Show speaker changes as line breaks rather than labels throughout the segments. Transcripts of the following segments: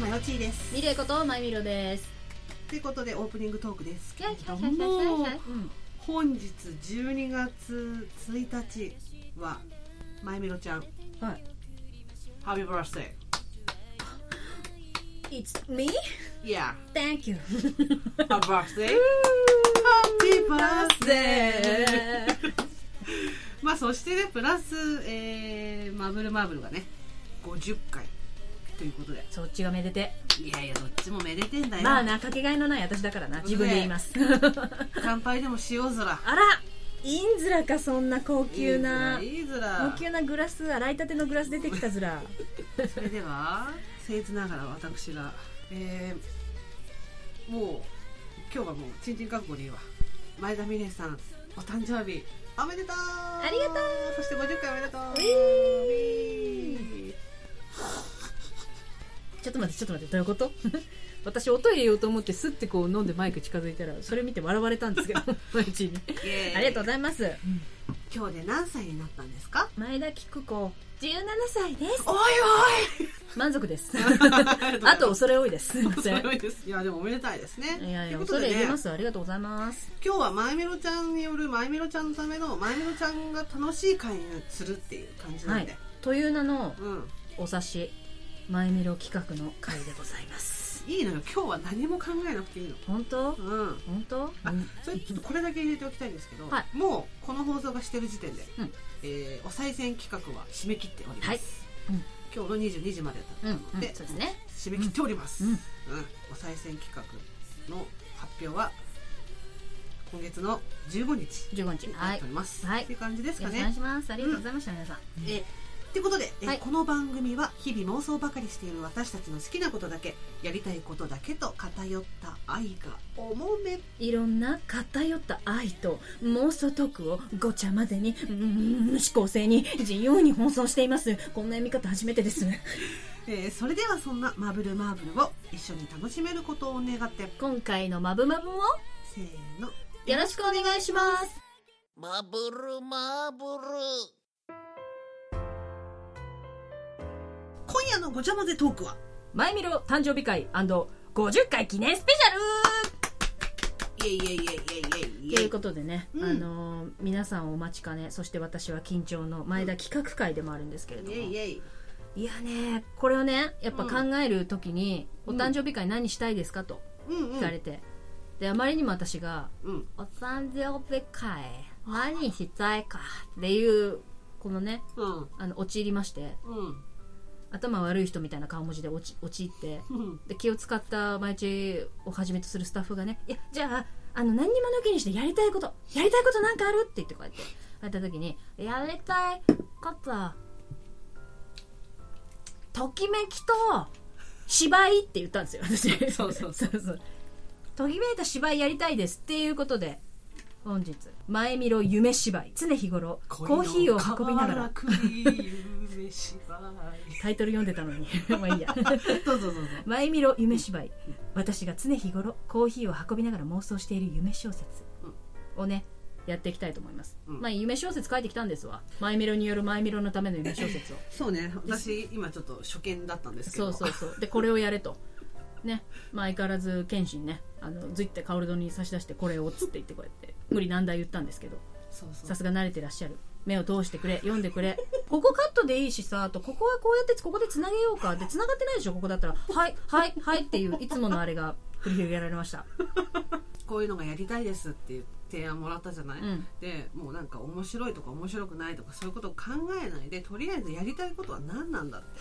マヨチーです
ミレイことマイミロです。
ということでオープニングトークです
キャキャキャキャキャ
も
キ
う
ャ
本日12月1日はまゆみろちゃん
はい
ハッピーバースデ
It's
ー
me?
Yeah
Thank you.
ハッピーバース デーハッピーバースデーまあそしてねプラス、えーマブルマーブルがね50回ということで
そっちがめでて。
いやいやどっちもめでてんだよ、
まあな、かけがえのない私だからな。自分で言 います。
乾杯でもしようずら
あらインズラか、そんな高級な。
いいずらいいず
高
ら
級なグラス、洗いたてのグラス出てきたず ら。
それでは僭越ながら私が、えーもう今日はもうちんちん覚悟でいいわ前田美玲さんお誕生日おめでとうあ
りがとう
そして50回おめでとう
ウ
ウィー
ちょっと待って、ちょっと待って、どういうこと 私、音入れようと思って、すってこう飲んでマイク近づいたら、それ見て笑われたんですけど、マイチーに。
イエーイ
ありがとうございます。
今日で何歳になったんですか
前田菊子、17歳です。
おい
満足です。
おい
あと、恐れ多いです。すいません。
いですいやでもおめでたいですね
いやいや、
ということ
恐れ
で
入
ね
れます。ありがとうございます。
今日はまゆみろちゃんによるまゆみろちゃんのためのまゆみろちゃんが楽しい会にするっていう感じ
は
なん
い
で、。
という名の
うん
お察し、前見ろ企画の回でございます。
いいのよ今日は何も考えなくていいの
本当
うん
本当
あそれちょっとこれだけ入れておきたいんですけど、
は
もうこの放送がしてる時点で、
うん
えーお賽銭企画は締め切っております、
はいうん
今日の22時まで
うん、
だ
う
っ
ん
たので、
そうですね。
締め切っております、
うんうん
お賽銭企画の発表は今月の15日
15日。
に
は
なっ
い。
ており
よ
ます、
はい
っていう感じです
ろ
か
しくお願い
ね
します。ありがとうございました、皆さん。
えーということで、えー
はい
この番組は日々妄想ばかりしている私たちの好きなことだけやりたいことだけと偏った愛が重め
いろんな偏った愛と妄想トークをごちゃ混ぜに、うん、思考性に自由に奔走しています。こんな読み方初め てです。
えーそれではそんなマブルマーブルを一緒に楽しめることを願って
今回のマブマブも
せーの
よろしくお願いします。
マブルマブル。
今夜のごちゃ混ぜトークは
前見ろ誕生日会 &50 回記念スペシ
イエイイエイイエイイエイイ
ャル
エイ
と
イエ
いう
イ
ことでね、
うん
あのー皆さんお待ちかねそして私は緊張の前田企画会でもあるんですけれども、
イエイイ
い
エイ
やねこれをねやっぱ
うん
考える時に、
うん
お誕生日会何したいですかと
うんう
聞
ん
かれて、であまりにも私が
うん
「お誕生日会何したいか」っていうこのね
うん
あの陥りまして
うん
頭悪い人みたいな顔文字で陥陥って
うん
で気を使った毎日をはじめとするスタッフがね「いやじゃああの何にも抜きにしてやりたいことやりたいことなんかある?」って言ってこうやってやった時に「やりたいことときめきと芝居」って言ったんですよ私
そうそう
そうそうときめいた芝居やりたいですっていうことで本日前見ろ夢芝居常日頃 コーヒーを運びながら
コーヒー夢芝
タイトル読んでたのに まあいいや
居どうぞどうぞ
前見ろ夢芝居私が常日頃コーヒーを運びながら妄想している夢小説をねやっていきたいと思います、
うん
まあ夢小説書いてきたんですわ前見ろによる 前見ろのための夢小説を
そうね私今ちょっと初見だったんですけ
そ
ど
うそうそうでこれをやれとね、まあ、相変わらず謙信ねあのずいって薫殿に差し出してこれをっつって言ってこうやって無理難題言ったんですけど
そうそう
さすが慣れてらっしゃる目を通してくれ読んでくれここカットでいいしさあとここはこうやってここでつなげようかでつながってないでしょここだったらはいはいはいっていういつものあれが繰り広げられました
こういうのがやりたいですっていう提案もらったじゃない、
うん
でもうなんか面白いとか面白くないとかそういうことを考えないでとりあえずやりたいことは何なんだって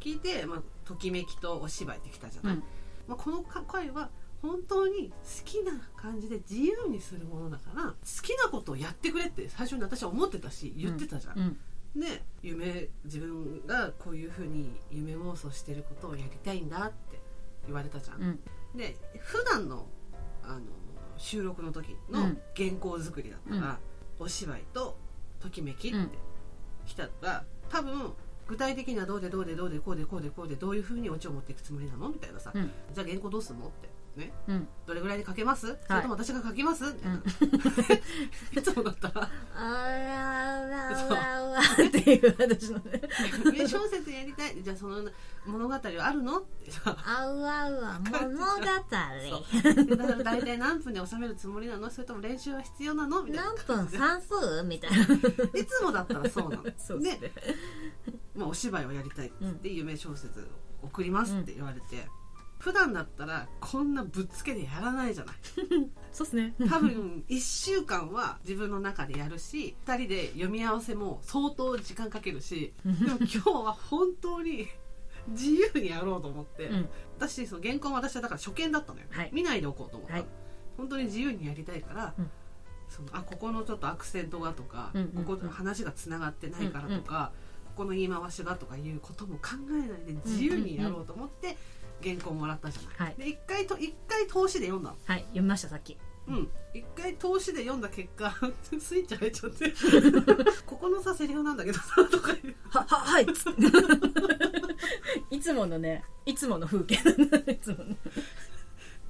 聞いて、まあ、ときめきとお芝居ってきたじゃない、
うん
まあ、このか回は本当に好きな感じで自由にするものだから好きなことをやってくれって最初に私は思ってたし言ってたじゃん、
うん
で夢自分がこういうふうに夢妄想してることをやりたいんだって言われたじゃん
う、ん
で普段のあの収録の時の
うん
原稿作りだったら、お芝居とときめきって
うん
来たら、多分具体的にはどうでどうでどうでこうでこうでこうでどういうふうにオチを持っていくつもりなのみたいなさ、
うん
じゃあ原稿どうすんのってね
うん
どれぐらいで書けます、それとも私が書きます、
ん
いつもだったら
あららららっていう私のね
「え小説やりたい」じゃあその物語はあるのって さ
あうあうあ物語
そうだから大体何分で収めるつもりなのそれとも練習は必要なのみたいな
何分算数みたい
いつもだったらそうなの
な そう
で
ですね
まあ、お芝居をやりたいっつって夢小説を送りますって言われて、普段だったらこんなぶっつけでやらないじゃない
そうですね
多分1週間は自分の中でやるし2人で読み合わせも相当時間かけるしでも今日は本当に自由にやろうと思って、
うん
私その原稿は私はだから初見だったのよ、
はい
見ないでおこうと思った、
はい
本当に自由にやりたいから、
うん
そのあここのちょっとアクセントがとか、
うんうんうん
ここの話がつながってないからとか、ここの言い回しがとかいうことも考えないで自由にやろうと思って原稿もらったじゃない、
はい
で一回と一回通しで読んだの
はい読みましたさっき
うん、一回通しで読んだ結 果スイッチ入っちゃって ここのさセリフなんだけど さとか言う
はははいっつっていつものねいつもの風景なんだいつもの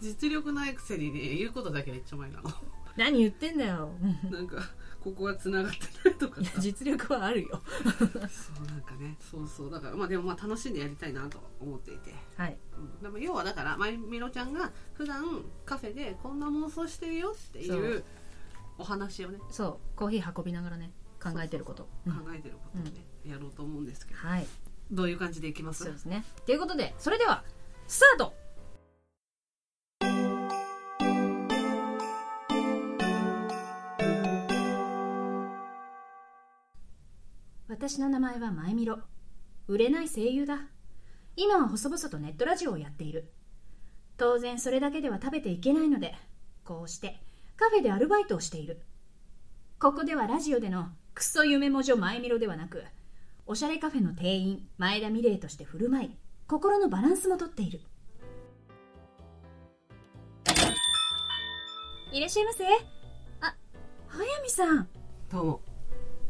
実力ないくせにね言うことだけが一丁前 なの
何言ってんだよ
なんかここがつながってないとか
いや
さ
実力はあるよ
そうなんかねそうそうだからまあでもまあ楽しんでやりたいなと思っていて、
はい
うん、でも要はだからまゆみろちゃんが普段カフェでこんな妄想してるよってい
そうう
お話をね
そうコーヒー運びながらね考えてること
そう
う
そうん考えてることをね、やろうと思うんですけど
はい
どういう感じでいきます
そうですねということでそれではスタート私の名前はまえみろ売れない声優だ今は細々とネットラジオをやっている当然それだけでは食べていけないのでこうしてカフェでアルバイトをしているここではラジオでのクソ夢文字まえみろではなくおしゃれカフェの店員前田美玲として振る舞い心のバランスもとっているいらっしゃいませあ速見さん
どうも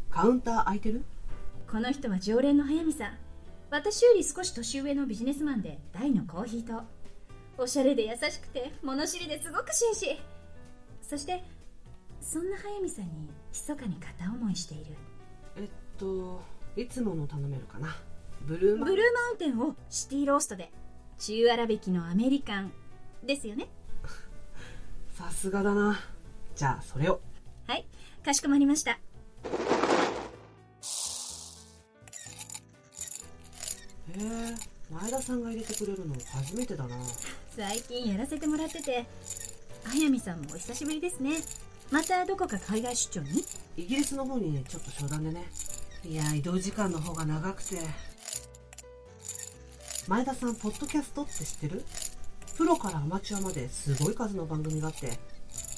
カウンター空いてる
この人は常連の速見さん私より少し年上のビジネスマンで大のコーヒーとおしゃれで優しくて物知りですごく紳士そしてそんな速見さんに密かに片思いしている
えっといつもの頼めるかなブルーマ
ブルーマウンテンをシティローストで中粗挽きのアメリカンですよね
さすがだなじゃあそれを
はいかしこまりました
へえ前田さんが入れてくれるの初めてだな
最近やらせてもらってて速水さんもお久しぶりですねまたどこか海外出張に
イギリスの方にねちょっと商談でねいや移動時間の方が長くて前田さんポッドキャストって知ってるプロからアマチュアまですごい数の番組があって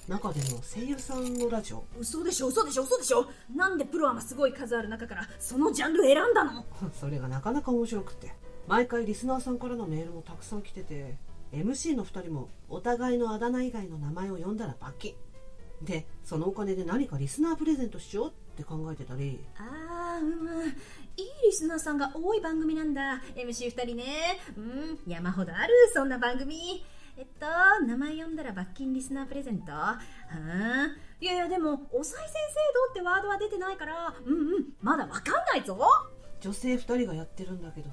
中でも声優さんのラジオ
嘘でしょ嘘でしょ嘘でしょなんでプロアマすごい数ある中からそのジャンル選んだの
それがなかなか面白くて毎回リスナーさんからのメールもたくさん来てて MC の2人もお互いのあだ名以外の名前を呼んだら罰金でそのお金で何かリスナープレゼントしようって考えてたり
あーうんうんいいリスナーさんが多い番組なんだ MC2 人ねうん山ほどあるそんな番組えっと名前呼んだら罰金リスナープレゼントうんいやいやでもお賽銭制度ってワードは出てないからうんうんまだわかんないぞ
女性2人がやってるんだけど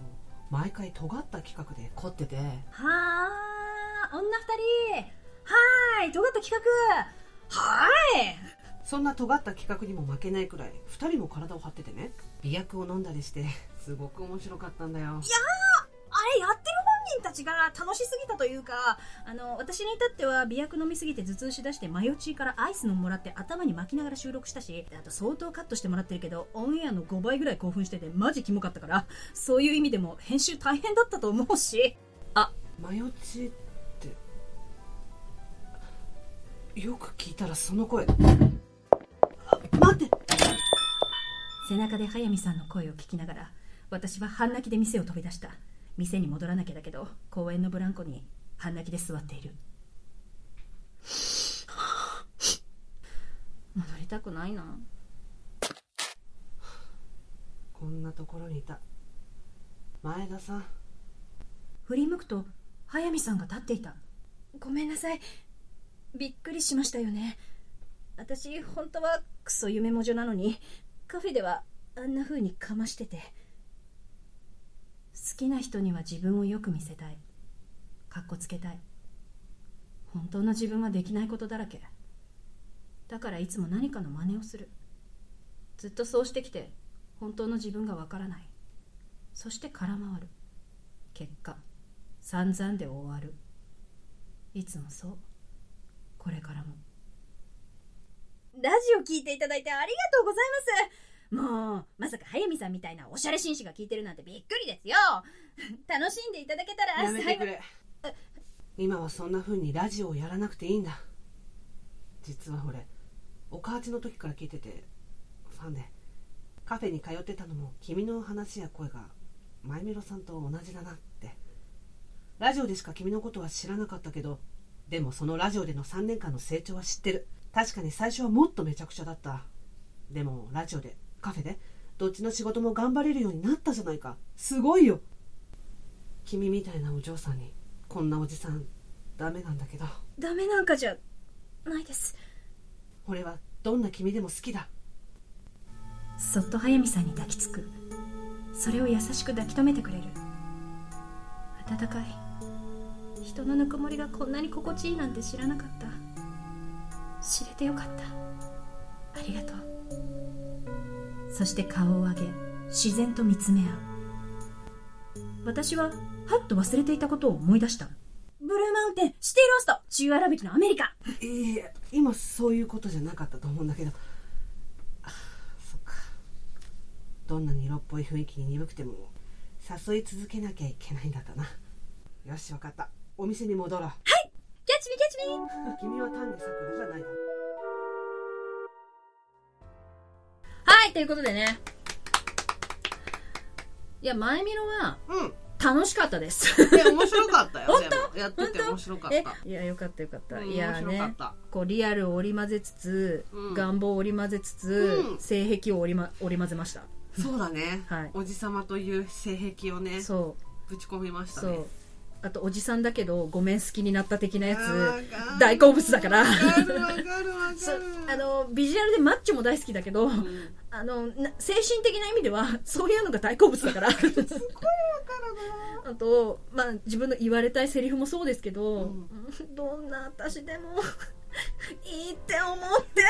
毎回尖った企画で凝ってて
はあ女二人はーい尖った企画はーい
そんな尖った企画にも負けないくらい2人も体を張っててね美薬を飲んだりしてすごく面白かったんだよ
あれやってる本人たちが楽しすぎたというかあの私に至っては美薬飲みすぎて頭痛しだしてマヨチーからアイスのもらって頭に巻きながら収録したしあと相当カットしてもらってるけどオンエアの5倍ぐらい興奮しててマジキモかったからそういう意味でも編集大変だったと思うし
マヨチってよく聞いたらその声あ待って
背中で速水さんの声を聞きながら私は半泣きで店を飛び出した店に戻らなきゃだけど公園のブランコに半泣きで座っている戻りたくないな
こんなところにいた前田さん
振り向くと速水さんが立っていたごめんなさいびっくりしましたよね私本当はクソ夢魔女なのにカフェではあんな風にかましてて好きな人には自分をよく見せたいかっこつけたい本当の自分はできないことだらけだからいつも何かの真似をするずっとそうしてきて本当の自分がわからないそして空回る結果散々で終わるいつもそうこれからもラジオ聞いていただいてありがとうございますもうまさか速水さんみたいなおしゃれ紳士が聞いてるなんてびっくりですよ楽しんでいただけたら
やめてく
幸い
れ今はそんな風にラジオをやらなくていいんだ実は俺お母ちの時から聞いててファンでカフェに通ってたのも君の話や声がまゆみろさんと同じだなってラジオでしか君のことは知らなかったけどでもそのラジオでの3年間の成長は知ってる確かに最初はもっとめちゃくちゃだったでもラジオでカフェでどっちの仕事も頑張れるようになったじゃないかすごいよ君みたいなお嬢さんにこんなおじさんダメなんだけど
ダメなんかじゃないです
俺はどんな君でも好きだ
そっと速水さんに抱きつくそれを優しく抱き留めてくれる温かい人のぬくもりがこんなに心地いいなんて知らなかった知れてよかったありがとうそして顔を上げ自然と見つめ合う私ははっと忘れていたことを思い出したブルーマウンテンシティロースト中荒引きのアメリカ
いや今そういうことじゃなかったと思うんだけどあそっかどんなに色っぽい雰囲気に鈍くても誘い続けなきゃいけないんだったなよしわかったお店に戻ろう
キャッチミーキャッチミー
君は単に桜じゃないだろ
はい、ということでね。いや、前見ろは
うん
楽しかったです。
で面白かったよ
本当
でもやってて面白かっ
え
た
いや、よかったよかった。
うん
いやー
面白かっ
ね、
た
こう、リアルを織り交ぜつつ、
うん
願望を織り交ぜつつ、
うん
性癖を織り,、ま、織り交ぜました。
そうだね、
はい
おじさまという性癖をね
そ
ぶち込みまし
う、
た
そ
ね
う。あと、おじさんだけど、ごめん好きになった的なやつ。
あー
大好物だから
わかるわかるわかる
そあの、ビジュアルでマッチョも大好きだけど、あの、な精神的な意味では、 そういうのが大好物だ から。あと、まあ、自分の言われたいセリフもそうですけど、
ん
うんどんな私でも いいって思 って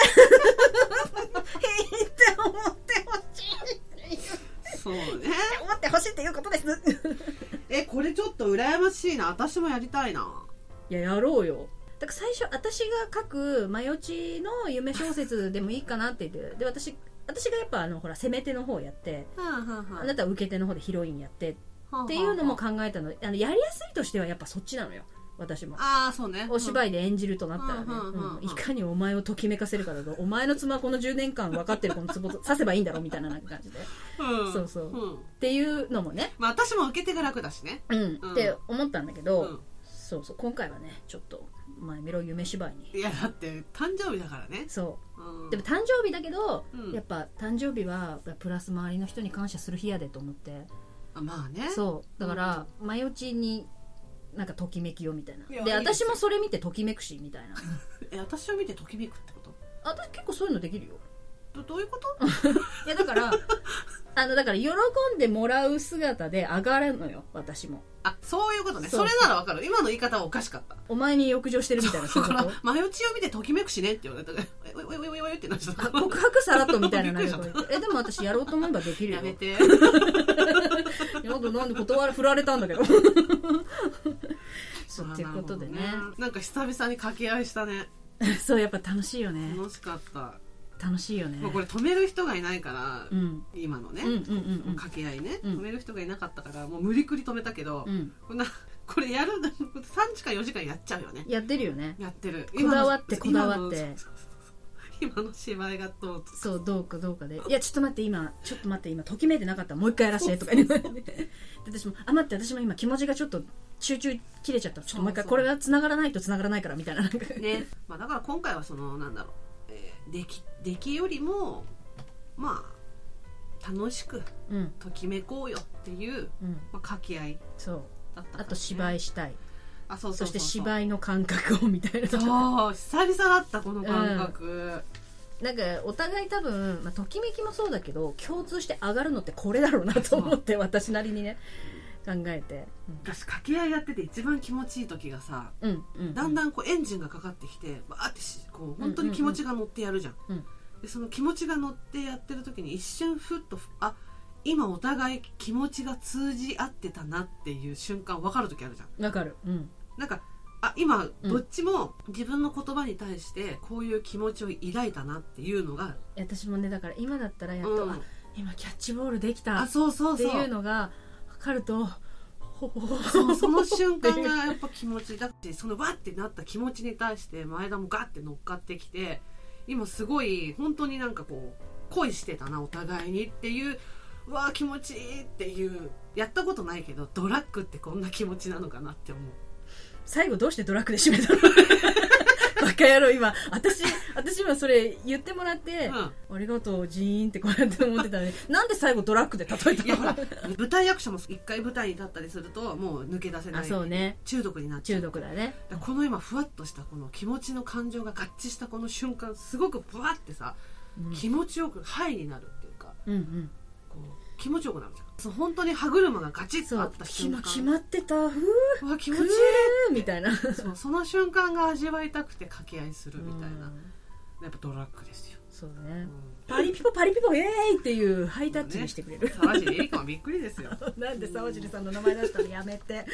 いいって思ってほしい
そうね
思ってほしいっていうことです
えこれちょっと羨ましいな私もやりたいない
ややろうよだから最初私が書く「マヨチ」の夢小説でもいいかなって言ってで私私がやっぱあのほら攻め手の方やってあなたは受け手の方でヒロインやってっていうのも考えたのあのやりやすいとしてはやっぱそっちなのよ私も
ああそうね
お芝居で演じるとなったらね、
うんうんうんうん
うんいかにお前をときめかせるかだとお前の妻はこの10年間分かってるこのツボ 刺せばいいんだろうみたいななんか感じでっ
うん
そうそうんていうのもね、
まあ私も受け手が楽だしね
うん
うん
って思ったんだけど、
うん
そうそう今回はねちょっと前見ろ夢芝居に
いやだって誕生日だからね
そううんでも誕生日だけど、
うん
やっぱ誕生日はプラス周りの人に感謝する日やでと思って
あまあね
そうだから前落ちになんかときめきよみたいない
や
で
いいです
私
よ
もそれ見てときめくしみたい な
え私を見てときめくってこと
私結構そういうのできるよ
どどういうこと
いやだか らあのだから喜んでもらう姿で上がるのよ私も
あそういうことね
そう
それならわかる今の言い方はおかしかった
お前に浴場してるみたいなそう
だ
いう
か
こ
ら
と
「前打ちを見てときめくしね」って言われたから「えおいおいおいおいおい」ってなっちゃっ
あ
た
告白さらっとみたい な
びっくりしちゃっ
なんかこうえでも私やろうと思えばできるよ
やめて
やだなんで断ら振られたん だけどそうっていうことでね
なるほどなんか久々に掛け合いしたね
そうやっぱ楽しいよね
楽しかった、
楽しいよね
もうこれ止める人がいないから、
うん
今のね、
うんうんうんうん
掛け合いね、
うん
止める人がいなかったからもう無理くり止めたけど、
うん
こんなこれやる3時間4時間やっちゃうよね
やってるよね
やってる
こだわってこ
今
だ
の
わって
今の芝居がどうと
そうどうかどうかで「いやちょっと待って今ちょっと待って今ときめいてなかったもう一回やらせて」と かねで私も「あ待って私も今気持ちがちょっと集中切れちゃったちょっともう一回
そうそう
これが繋がらないと繋がらないから」みたいななんか
ね、まあ、だから今回はそのなんだろう、えー、できできよりもまあ楽しく
うん
ときめこうよっていう、
うん
まあ、掛け合い
そう
だったからね、
あと芝居したい
あそうそ
そう
そ
し
う
て芝居の感覚をみたいな
そう久々だったこの感覚、
なんかお互い多分、まあ、ときめきもそうだけど共通して上がるのってこれだろうなと思って私なりにね考えて
私掛け合いやってて一番気持ちいい時がさ
うんうん
だんだ
ん
んこうエンジンがかかってきてバーってしこう本当に気持ちが乗ってやるじゃん,、
うんうん
でその気持ちが乗ってやってる時に一瞬ふっとあ今お互い気持ちが通じ合ってたなっていう瞬間分かる時あるじゃん
わかるうん
なんかあ今
うん
どっちも自分の言葉に対してこういう気持ちを抱いたなっていうのが、
私もねだから今だったらやっと、
うん
あ、今キャッチボールでき
あ
たっ
そうそう
て
そう
いうのが分かるとほほほ
そうその瞬間がやっぱ気持ちいいだってそのわってなった気持ちに対して前田もガッて乗っかってきて今すごい本当になんかこう恋してたなお互いにっていううわあ気持ちいいっていうやったことないけどドラッグってこんな気持ちなのかなって思う
最後どうしてドラッグで締めたのバカ野郎今私私今それ言ってもらって、
うん
ありがとうジーンってこうやって思ってたのになんで最後ドラッグで例え
いや
た
ほ
の
ら舞台役者も一回舞台に立ったりするともう抜け出せな
あ
い
そうね
中毒になっちゃ
中
う
毒だね
だからこの今ふわっとしたこの気持ちの感情が合致したこの瞬間すごくぶわってさ、
うん
気持ちよくハイになるっていうか
うんうん
こう気持ちよくなるじゃんそう本当に歯車がガチッと
そ
あっ
う
た瞬
今
間
決まってたふう
うわ気持
く
ちいい
ーみたいな
そうその瞬間が味わいたくて掛け合いするみたいな、
うん
やっぱドラッグですよ、
そう
う
ね
ん、
パリピポパリピポイエーイっていうハイタッチにしてくれる、
沢尻エリカはびっくりですよ
なんで沢尻さんの名前出したのやめて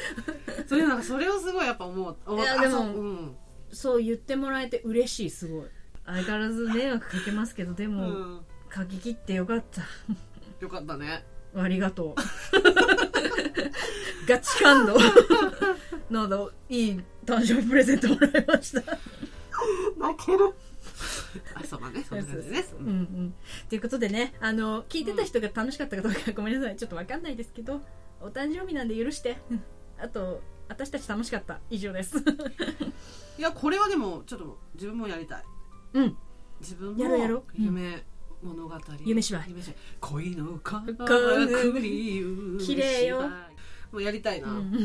それなんかそれをすごいやっぱ思う思っ
いや
た
でも
あそううん
そう言ってもらえて嬉しいすごい相変わらず迷惑かけますけどで
う
も、
ん、
書き切ってよかった
よかったね
ありが とう。ガチ感動。なんだ、いい誕生日プレゼントもらいました。
泣けるあそうまあねそんな感じでね
うんうん。ということでね、あの、聞いてた人が楽しかったかどうかごめんなさい。ちょっとわかんないですけど、お誕生日なんで許して。あと、私たち楽しかった。以上です。
いやこれはでもちょっと自分もやりたい
うん。
自分
やろうやろう
も夢物語、
夢芝居
夢芝居恋のか
綺麗よ
もうやりたいな、
うんわ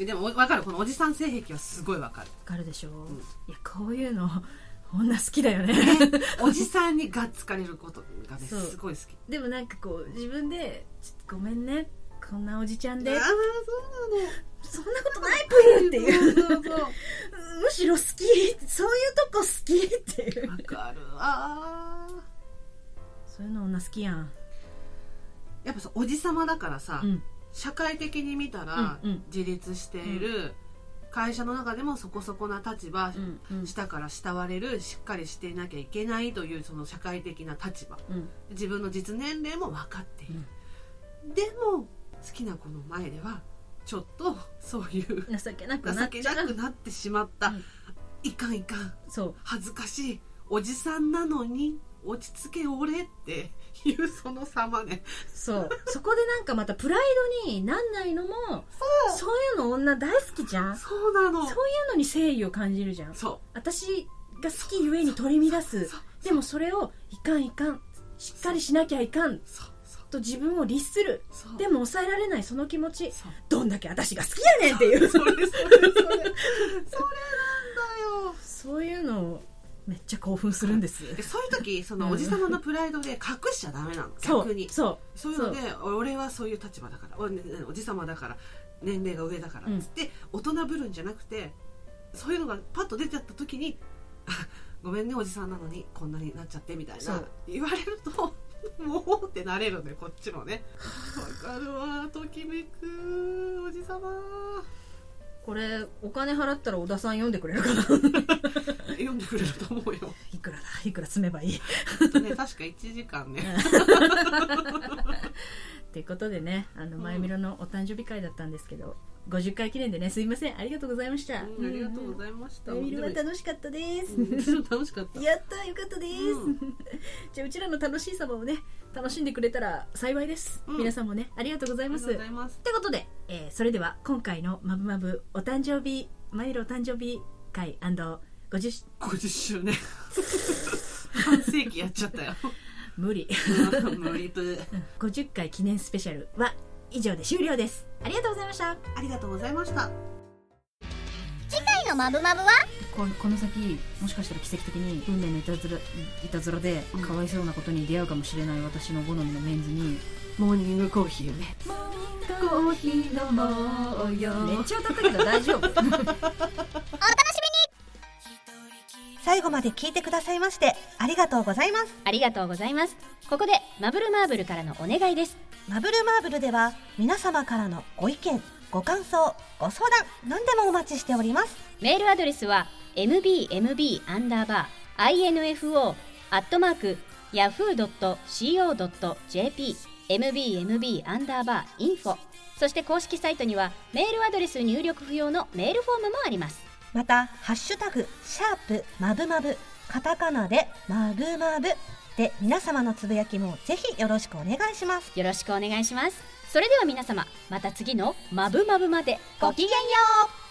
えでも分かるこのおじさん性癖はすごい分 かる
かるでしょうんいや、こういうの、 女好きだよね。
おじさんにがっつかれることがね
そう
すごい好き
でもなんかこう、自分で、ちょっとごめんね。こんなおじちゃんで
ああ、そうなの
そんなことないぷよって いう。
そうそう
むしろ好きそういうとこ好きってい
そう分かるあー
そういうの女好きやん
やっぱさおじさまだからさ、
うん
社会的に見たら
うんうん
自立している、会社の中でもそこそこな立場、
うんうん
下から慕われるしっかりしていなきゃいけないというその社会的な立場
うん
自分の実年齢も分かっている、でも好きな子の前ではちょっとそういう
情けなくな
情
っ
け
ちゃ
な
う
くなってしまった、
うん
いかんいかん
そう
恥ずかしいおじさんなのに落ち着け俺っていうその様ね
そう そこでなんかまたプライドになんないのも
そう
そういうの女大好きじゃんそ
そうな
う
の
いうのに誠意を感じるじゃん
そう
私が好きゆえに取り乱す
そう
でもそれをいかんいかんしっかりしなきゃいかん
そうそう
と自分を律する
そう
でも抑えられないその気持ち
そう
どんだけ私が好きやねんっていう
それそれそれそれなんだよ
そういうのをめっちゃ興奮するんです
でそういう時そのおじさまのプライドで隠しちゃダメなの
そう
逆に
そう
そういうので俺はそういう立場だからお,、おじさまだから年齢が上だから
うん
っつって、大人ぶるんじゃなくてそういうのがパッと出ちゃった時にあ「ごめんねおじさんなのにこんなになっちゃって」みたい
そ
な
う
言われると もうってなれるねこっちもねわかるわときめくおじさま
これお金払ったら小田さん読んでくれるかな
読んでくれると思うよ、
いくらだいくら積めばいい
ね、確か1時間ね
ということでねあの
うん
前みろのお誕生日会だったんですけど、50回記念でねすいませんありがとうございました、
うんありがとうござ
い
いました
前みろは
でも
楽しかったです、
うん楽しかった
やったよかったです、
う
じゃあうちらの楽しい様をね楽しんでくれたら幸いです、
うん
皆さんもねありがとうござい
ありが
ます
とうございます
ってことで、えーそれでは今回の「まぶまぶお誕生日マイルお誕生日会 &50
50周年 半世紀やっちゃったよ
無理
無理と
50回記念スペシャルは以上で終了ですありがとうございました
ありがとうございました
のマブマブは
ここの先もしかしたら奇跡的に運命のいたずらいたずらでかわいそうなことに出会うかもしれない私の好みのメンズに
モーニングコーヒーをね
コーヒー飲もうよめっちゃ歌ったけど大丈夫
最後まで聞いてくださいましてありがとうございます
ありがとうございますここでマブルマーブルからのお願いです
マブルマーブルでは皆様からのご意見ご感想ご相談何でもお待ちしております
メールアドレスは mbmb アンダーバー info アットマーク yahoo.co.jp mbmb アンダーバー info そして公式サイトにはメールアドレス入力不要のメールフォームもあります
また「ハッシュタグシャープマブマブ」カタカナで「マブマブ」で皆様のつぶやきもぜひよろしくお願いします
よろしくお願いしますそれでは皆様また次のマブマブまでごきげんよう